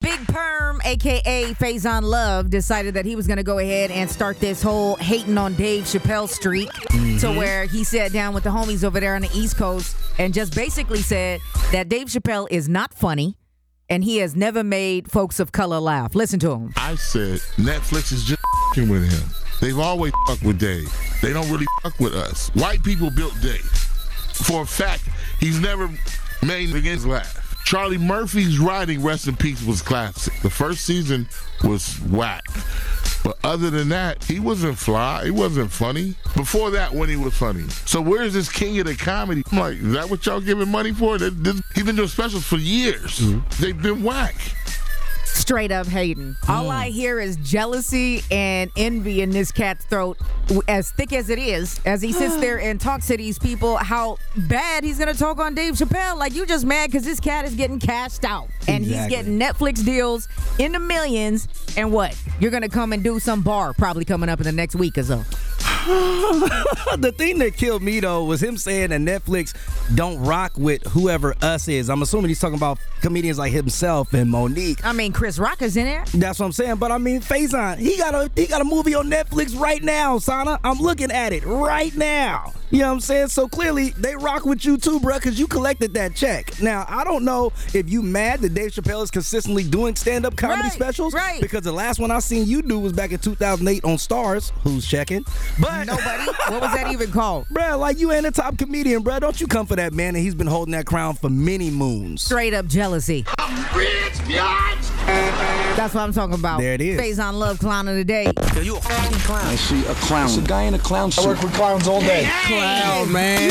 Big Perm, aka Faison Love, decided that he was going to go ahead and start this whole hating on Dave Chappelle streak to where he sat down with the homies over there on the East Coast and just basically said that Dave Chappelle is not funny and he has never made folks of color laugh. Listen to him. I said Netflix is just fing with him. They've always fucked with Dave. They don't really fuck with us. White people built Dave. For a fact, he's never made niggas laugh. Charlie Murphy's writing Rest in Peace was classic. The first season was whack. But other than that, he wasn't fly. He wasn't funny. Before that, when he was funny. So where's this king of the comedy? I'm like, is that what y'all giving money for? This, this, he's been doing specials for years. They've been whack. Straight up hating. All I Hmm. hear is jealousy and envy in this cat's throat, w- as thick as it is, as he sits there and talks to these people how bad he's going to talk on Dave Chappelle. Like, you just mad because this cat is getting cashed out and he's getting Netflix deals in the millions. And what? You're going to come and do some bar probably coming up in the next week or so. the thing that killed me though was him saying that Netflix don't rock with whoever us is. I'm assuming he's talking about comedians like himself and Monique. I mean, Chris Rock is in there. That's what I'm saying. But I mean, Faison, he got a he got a movie on Netflix right now, Sana. I'm looking at it right now. You know what I'm saying? So clearly they rock with you too, bruh, because you collected that check. Now I don't know if you mad that Dave Chappelle is consistently doing stand up comedy Right, specials, right. Because the last one I seen you do was back in 2008 on Stars. Who's checking? But Nobody. what was that even called? Bruh, like you ain't a top comedian, bruh. Don't you come for that man, and he's been holding that crown for many moons. Straight up jealousy. That's what I'm talking about. There it is. Phase on Love Clown of the Day. I see a clown. It's a guy in a clown suit. I work with clowns all day. Clown, man.